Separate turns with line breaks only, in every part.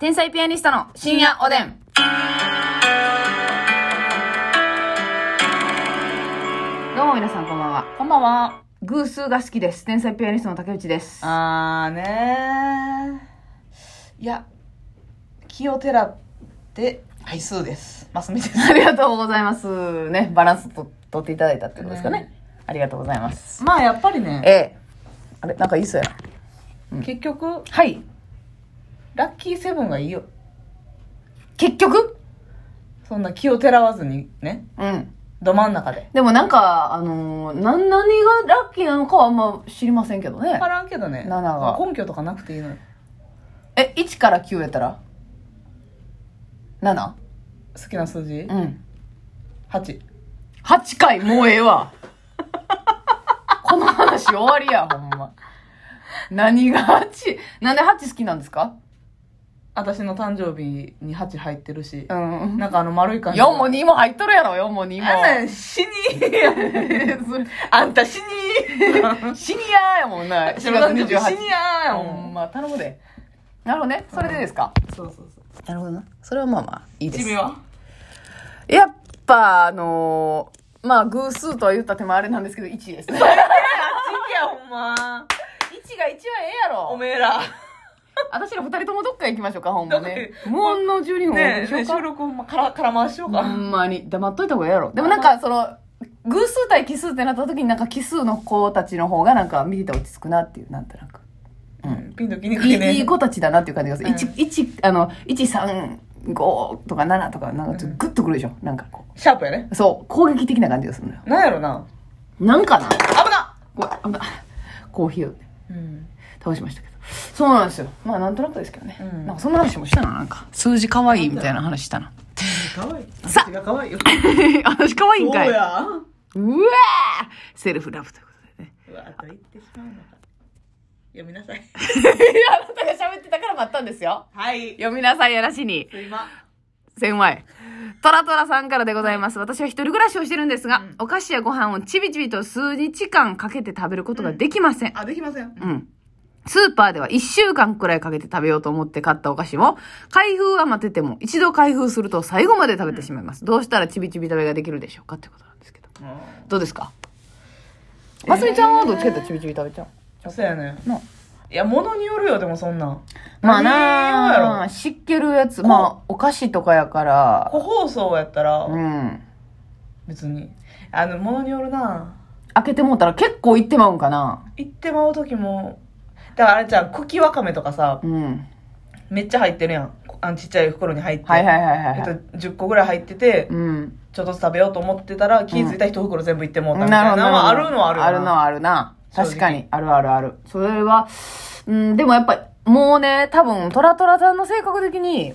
天才ピアニストの深夜おでん。どうも皆さんこんばんは。
こんばんは。
偶数が好きです。天才ピアニストの竹内です。
あーねー。いや、気をてらって、はい、数です。マスミです。
ありがとうございます。ね、バランスと取っていただいたってことですかね。ありがとうございます。
まあ、やっぱりね、
ええ。あれ、なんかいいっすよやな。
結局、
はい。
ラッキーセブンがいいよ。
結局
そんな気をてらわずにね、
うん。
ど真ん中で。
でもなんか、あのー、な、何がラッキーなのかはあんま知りませんけどね
わか。らんけどね。
七が
根拠とかなくていいのよ。
え、1から9やったら ?7?
好きな数字
うん。
?8。
8回、もうええわ。この話終わりや、ほんま。何が 8? なんで8好きなんですか
私の誕生日に8入ってるし
う、ん。
なんかあの丸い感じ。
4も2も入っとるやろ、4も2も。
あんなん死にあんた死に
シニアやもんな。4
私
月
の誕生
28
日死にやーや
日。ほ
も
ん
ん。
ま、頼むで。なるほどね。それでですか、
そうそうそう。
なるほどな。それはまあまあ、いいです。
君は
やっぱ、あのーまあ、偶数とは言った手もあれなんですけど、1ですね。1が
いや、ほんま。
1はええや
お
ろ。
めえら。
私ら2人ともどっか行きましょうか、ほんまね
どっ。か
もうの12分
ね
し
え、
よう
収
か。
録ほんまから、から回しよう
ほ
か。
んまに。黙っといた方がええやろ。でもなんか、その、偶数対奇数ってなった時になんか奇数の子たちの方がなんか見てて落ち着くなっていう、なんとなく。
うんピンときにく
い
い
い
ね。
いい子たちだなっていう感じがする。
うん
1、一あの、一三五とか7とか、なんかちょっとグッとくるでしょ。なんかこ
シャープやね。
う。そう、攻撃的な感じがするのよ。
なんやろな。
なんかな
危な
これ、あんたコーヒーを
うん。
倒しましたけど。そうなんですよ。まあ、なんとなくですけどね。
うん
なんか、そんな話もしたな、なんか。数字可愛いみたいな話したな。
かわいい。
さ
私がかわいいよ。
話可愛い
そ
ん
う
かい。うわ
や。
ーセルフラブということでね。
うわ、あと言ってしまうのか。読みなさい。
いや、あなたが喋ってたから待ったんですよ。
はい。
読みなさいやらしに。
すいま。
千枚。トラトラさんからでございます。私は一人暮らしをしてるんですが、
うん
お菓子やご飯をちびちびと数日間かけて食べることができません。
あ、できません。
うん。スーパーでは一週間くらいかけて食べようと思って買ったお菓子も、開封は待ってても、一度開封すると最後まで食べてしまいます。どうしたらちびちび食べができるでしょうかってことなんですけど。どうですかますみちゃんはどっちかってちびちび食べちゃう
そうやね。
の
いや、物によるよ、でもそんなん。
まあ
何用や
な
ろ
あ、湿気るやつ、まあ、お菓子とかやから、
個包装やったら
う、ん。
別に。あの、物によるな。
開けてもうたら結構いってまうんかな。
行ってまう時も、だからあれじゃん、茎わかめとかさ、
うん。
めっちゃ入ってるやん。あのちっちゃい袋に入って。
はいはいはいはい
えっ
はい。
と、10個ぐらい入ってて、
うん。
ちょっとずつ食べようと思ってたら、気づいた一袋全部いってもうた
な
みたいな。
るほど。
まあ、あるのはあるよな
あるのはあるな。
正直
確かに。あるあるある。それは、うん、でもやっぱ、もうね、多分、トラトラさんの性格的に、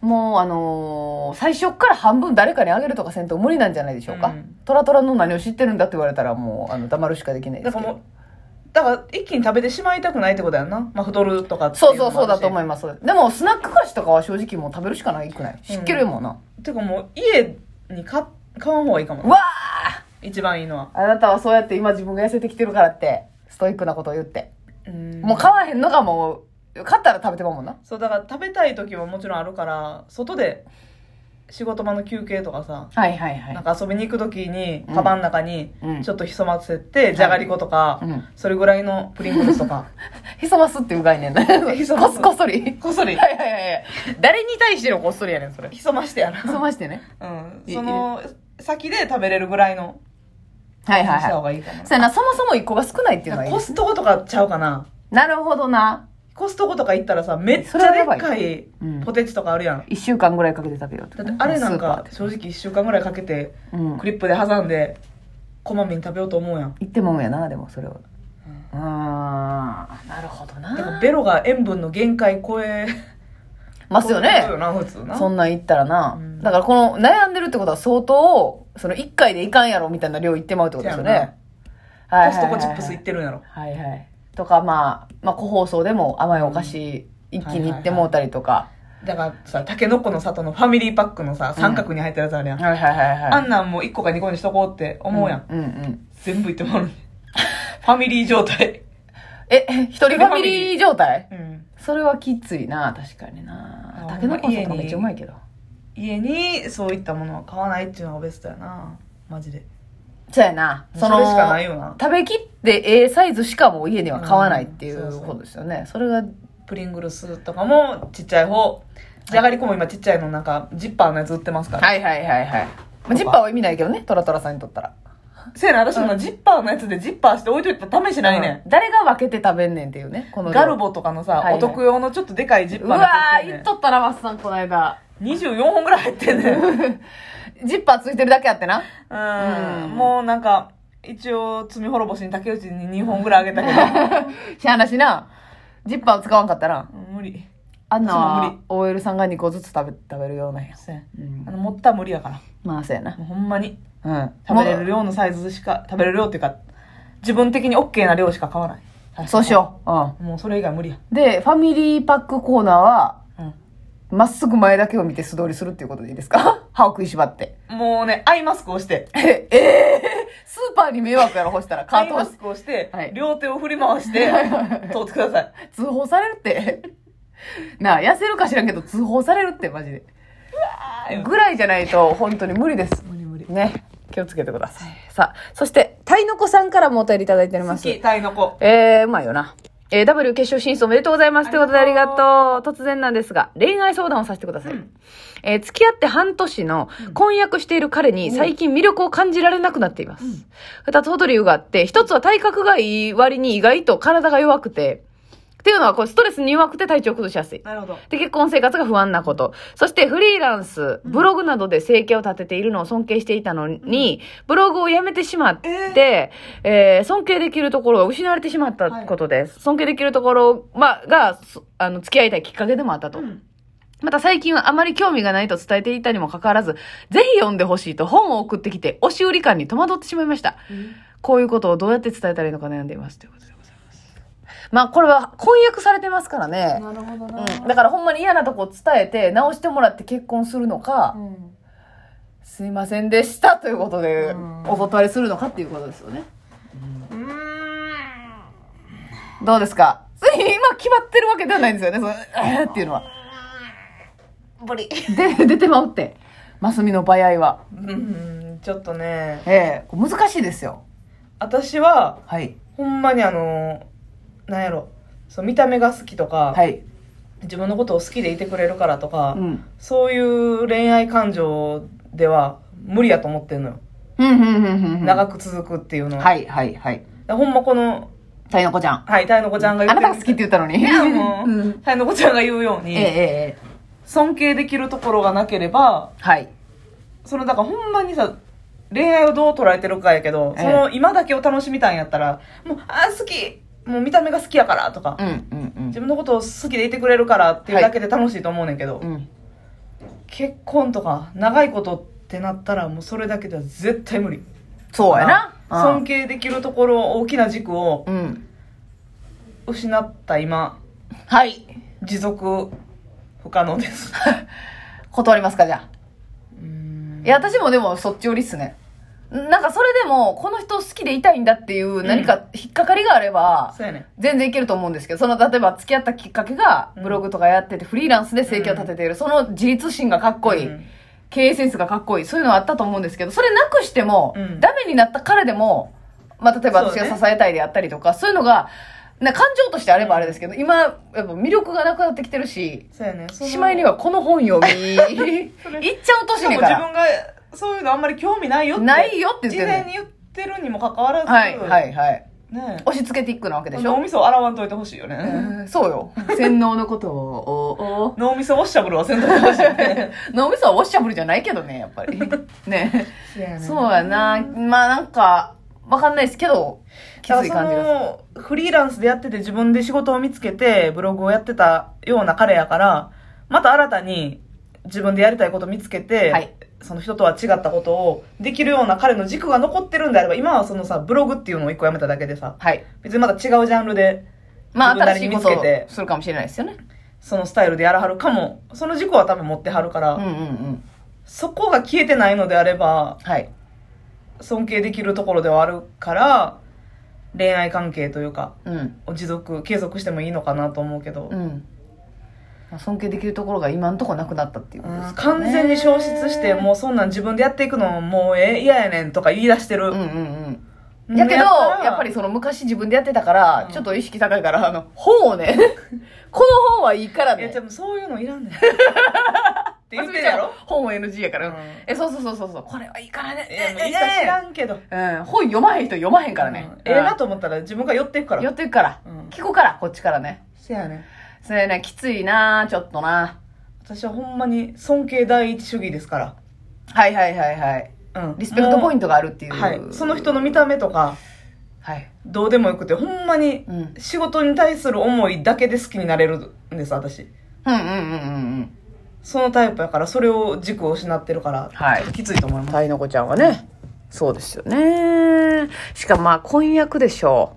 もう、あのー最初っから半分誰かにあげるとかせんと無理なんじゃないでしょうか。
うん
トラトラの何を知ってるんだって言われたら、もう、あの、黙るしかできな
う
い
ん。
で
だ
す
か
け
らもう
ど。、
だから一気に食べてしまいたくないってことやんな。まあ、太るとかってい
そう
の
そ
も
うそうだと思
ある
います。でも、スナック菓子とかは正直もう食べるしかないくない知ってるもんな。
し。てかもう、家に買、買わん方がいいか
う
も。
わ
一番いいのは。
ーあなたはそうやって今自分が痩せてきてるからって、ストイックなことを言って。
うん
もう買わへんのがもう、買ったら食べてまうもんな。
そう、だから食べたい時ももちろんあるから、外で、仕事場の休憩とかさ、
はいはいは
なん。か遊びに行く時に、
うん
カバンの中に
うん
ちょっと潜ませて、じゃがりことか、
うん
それぐらいのプリングルスとか。
ひそますっていう概 念だ。
ひそます
ここっそり。
こっそり
はいはいはいはい。誰に対してのこっそりやねん、それ。ひ
潜ましてやな。
そましてね。
うん。
い
その先で食べれるぐらいの
はいはい
した方
は
がいいかも
い。
な
そうやな、そもそも一個が少ないっていうの
な
は
ん
いい
かコ
です。
ストコとかちゃうかな。
なるほどな。
コストコとか行ったらさ、めっち
それ
ゃ
は
で
やば
っ
い
かい
うん
ポテチとかあるやん。
一週間ぐらいかけて食べようと
だ
か
っ
ね
てあれなんか
スー
正直1週間ぐらいかけて
パーでうん。
クリップで挟んで、こまめに食べようと思うやん。
行ってもんやな、でもそれは。あー、なるほど
だから
な。
ベロが塩分の限界超え。
ますよね。
そうな、普通な。
そんなん言ったらな、
うん
だからこの悩んでるってことは相当、その1回でいかんやろみたいな量いってまうってことですよ
そうや
ね。は
コストコチップス行ってるんやろ。
はいはい。とかまあ、まあ、個包装でも甘いお菓子一気にいってもうたりとか。
だからさ、タケノコの里のファミリーパックのさ、三角に入ったやつあるやん。
はいはいはい
あ
はい。
んなんもう1個か2個にしとこうって思うやん。
うんうん。
全部いって もらうね。ファミリー状態。
え、一人ファミリー状態
うん。
それはきついな確かにな
あ
たけのこ
ほんま
とか
家に
めっちゃうまいけど
家にそういったものは買わないっていうのがベストやなマジで
そうやな
それしかないよな
食べきってええサイズしかもう家では買わないってい
うんそう
う
そう
ことですよね、それが
プリングルスとかもちっちゃい方じゃがりこも今ちっちゃいのなんかジッパーのやつ売ってますから、
はいはいはいはい、まあ、ジッパーは意味ないけどねトラトラさんにとったら
せやな私もジッパーのやつでジッパーして置いといたら試しないねん
うん誰が分けて食べんねんっていうねこの量
ガルボとかのさ、
はいはい
お得用のちょっとでかいジッ
う
パ
わ
ーのやつ
ー
売
言っ
って
とったなマスさんこの間
んねん24本ぐらい入ってんねん
ジッパーついてるだけやってな
うん
うん
もうなんか、一応、罪滅ぼしに竹内に2本ぐらいあげたけど、
しゃあなしなジッパーを使わんかったら
うん無理。
あんな
そう無
は
理
OL さんが2個ずつ食べ食べるようなんや、
せん
うん
あ、の、持ったら無理やから。
まあそうやな
もうほんまに。
うん
食べれる量のサイズしか、食べれる量っていうか、自分的に OK な量しか買わない。
もうそうしよう、うん
う。もうそれ以外無理や。
でファミリーパックコーナーは
うん。
まっすぐ前だけを見て素通りするっていうことでいいですか 歯を食いしばって。
もうね、アイマスクをして、
ええスーパーに迷惑やろ、干したら。カ
ア
ー
イ
トを
マスクをして、
はい
両手を振り回して、通ってください。
通報されるって。なあ、痩せるか知らんけど通報されるって、マジで。ぐらいじゃないと、本当に無理です。
無理無理。
ね。気をつけてください。さあ、そして、たいのこさんからもお便りいただいており
好
ます。
き、タイの子。
えー、うまいよな。えー、W 決勝進出おめでとうございます。
あ
とい
り
うこと
がとう
でありがとう。突然なんですが、恋愛相談をさせてください。えー付き合って半年の婚約している彼に最近魅力を感じられなくなっています。二、つほど理由があって、一つは体格がいい割に意外と体が弱くて、っていうのはこうストレスに弱くて体調を崩しやすい。
なるほど。
で、結婚生活が不安なこと。そして、フリーランス、ブログなどで生計を立てているのを尊敬していたのに、ブログをやめてしまって、えー尊敬できるところを失われてしまったことです。尊敬できるところ、まあ、が、そあの、付き合いたいきっかけでもあったと。
うん
また最近はあまり興味がないと伝えていたにもかかわらず、ぜひ読んでほしいと本を送ってきて、押し売り感に戸惑ってしまいました。こういうことをどうやって伝えたらいいのか悩んでいます。ということでございます。まあ、これは婚約されてますからね。
なるほどな。
うん、だからほんまに嫌なとこ伝えて直してもらって結婚するのか、
うん
すいませんでしたということで
うん
お断りするのかっていうことですよね
うーん。
どうですか今決まってるわけではないんですよねそのえーっていうのは
無理。
で出てまうってマスミの場合は
うん、ちょっとね、
ええこれ難しいですよ
私は、
はい
ほんまにあの、なんやろ、そう、見た目が好きとか、
はい
自分のことを好きでいてくれるからとか、
うん
そういう恋愛感情では無理やと思ってんのよ。
うんうんうんうんうん
長く続くっていうのは。
はいはいはい
だからほんまこの、
たいのこちゃん
はい、タイの子ちゃんが
あ
言っ
なたが
て
好きって言ったのに
いやも
う、
うんタイの子ちゃんが言うよう
え
に、
えええええ
尊敬できるところがなければ、
はい
そのだからほんまにさ、恋愛をどう捉えてるかやけど、
ええ
その今だけを楽しみたいんやったら、もう、あー、好きもう見た目が好きやからとか、
うんうん
自分のことを好きでいてくれるからっていうだけで楽しいと思うねんけど、
うんうん
結婚とか長いことってなったらもうそれだけでは絶対無理
そうやな
尊敬できるところ大きな軸を
うんうん
失った今
はい
持続不可能です
断りますかじゃ
うーん
あいや私もでもそっち寄りっすねなんかそれでもこの人を好きでいたいんだっていう何か引っかかりがあれば
そうやね
全然いけると思うんですけどその例えば付き合ったきっかけがブログとかやっててフリーランスで生計を立てているその自立心がかっこいい
うん
経営センスがかっこいいそういうのはあったと思うんですけどそれなくしても
うん
ダメになった彼でもまあ例えば私
そう
が
ね
支えたいであったりとかそういうのがな感情としてあればあれですけど今やっぱ魅力がなくなってきてるし
そうやねその
しまいにはこの本読み行っ ちゃう年
しか
ね
も
か
自
ら
分がそういうのあんまり興味ないよって
ないよって言って
事
る
前
ね
に言ってるにもかかわらず、
はいはいはい
ね
押し付けていくなわけでし
脳
ょ
みそを洗わんといてほしいよね、
うんそうよ洗脳のことを
脳みそウォッシャブルはせんといてほしいよね
脳みそはウォッシャブルじゃないけどねやっぱ りね
そうや
そうやなまあなんかわかんないですけどきつい感じ
だから
が
そ
する
のフリーランスでやってて自分で仕事を見つけてブログをやってたような彼やからまた新たに自分でやりたいことを見つけて、
はい
その人とは違ったことをできるような彼の軸が残ってるんであれば今はそのさブログっていうのを一個やめただけでさ
はい
別にまた違うジャンルで
まあ
自分な
新し
り
い
に
こ
見つ
と
けて
をするかもしれないですよね
そのスタイルでやらはるかもその軸は多分持ってはるから、
うんうんうん
そこが消えてないのであれば
はい
尊敬できるところではあるから恋愛関係というか、
うん。
を持続、継続してもいいのかなと思うけど、
うん。まあ、尊敬できるところが今のところなくなったっていうことですから
完
ね。
全に消失して、もうそんなん自分でやっていくのもうええ嫌やねんとか言い出して
う
る。
んうんうん。やけど、
ったら
やっぱりその昔自分でやってたから、
うん
ちょっと意識高いから、あの、本をね、 この本はいいから
いや、
ね
で。もそういうのいらんねん。って言ってるやろ
本は NG やから、
うん
え、そうそうそうそうそう、これはいいからね。
いや、もういいか知らんけど。
うん、本読まへん人読まへんからね。
うんええなと思ったら自分が寄っていくか
うん。寄
ら。
ってくから。
うん
聞くから、こっちからね。
せやねん。
それね、きついなちょっとな
私はほんまに尊敬第一主義ですか
はいはいはいはい。
ら。うん。
リスペクトポイ
ン
ントがあるっていう。
はい。その人の見た目とか、
はい。
どうでもよくて、ほんまに
うん。うん
仕事に対する思いだけで好きになれるんです、私。
うんうんうん
そのタイプやから、それを軸を失ってるから、
はい
ちょっときついと思い
うん。
ます。
タイの子ちゃんはね、そうですよね。しかもまあ、婚約でしょ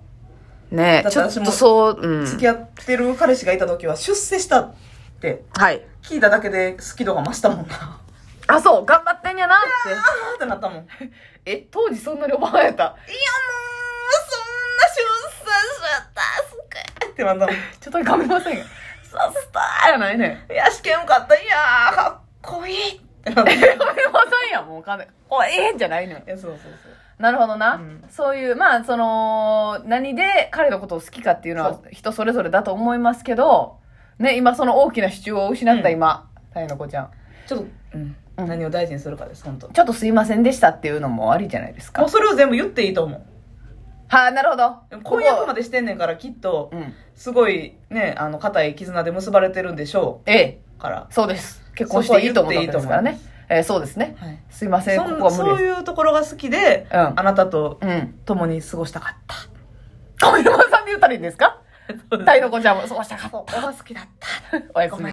う。ね
だって
ちょっ
私も
とそう、うん。
付き合ってる彼氏がいた時は、出世したって
はい。
聞いただけで好き度が増したもんな。
あ、そう、頑張ってんやなっ
あーってなったもん。いやもう、
て。え、当時そんなにおばあやった。
そんな出産しちゃった、すっげーってなったもん。
ちょっと噛めませんよ。さすたーやないね。
いや、試験受かった、いやー、かっこいいってなった。い
噛めませんやん、もう噛め。おええんじゃないのよ。
や、そうそうそ
なるほどな、
うん
そういうまあその何で彼のことを好きかっていうのは
そ
人それぞれだと思いますけどね今その大きな支柱を失った
うん
今、タイの子ちゃん
う。ちょっと、うん、
うん
何を大事にするかです、本当。
ちょっとすいませんでしたっていうのもありじゃないですか
もうそれを全部言っていいと思
はい、なるほど
う。婚約ま
で
でしてんねんから、きっと、
うん
すごいね、あの、固い絆で結ばれてるんでしょ
ええ
うから。
そうです結婚していいと思ったわけですからねええそうですね
はい。
すいませんここ
そ
は
ん
無
そ
理
う
です
いうところが好きで、
うん
あなたと
うん
共に過ごしたかっ た。
小山さんで言ったらいいんですかタイの子ちゃんもそうしたかった
お好きだった。
おやすみ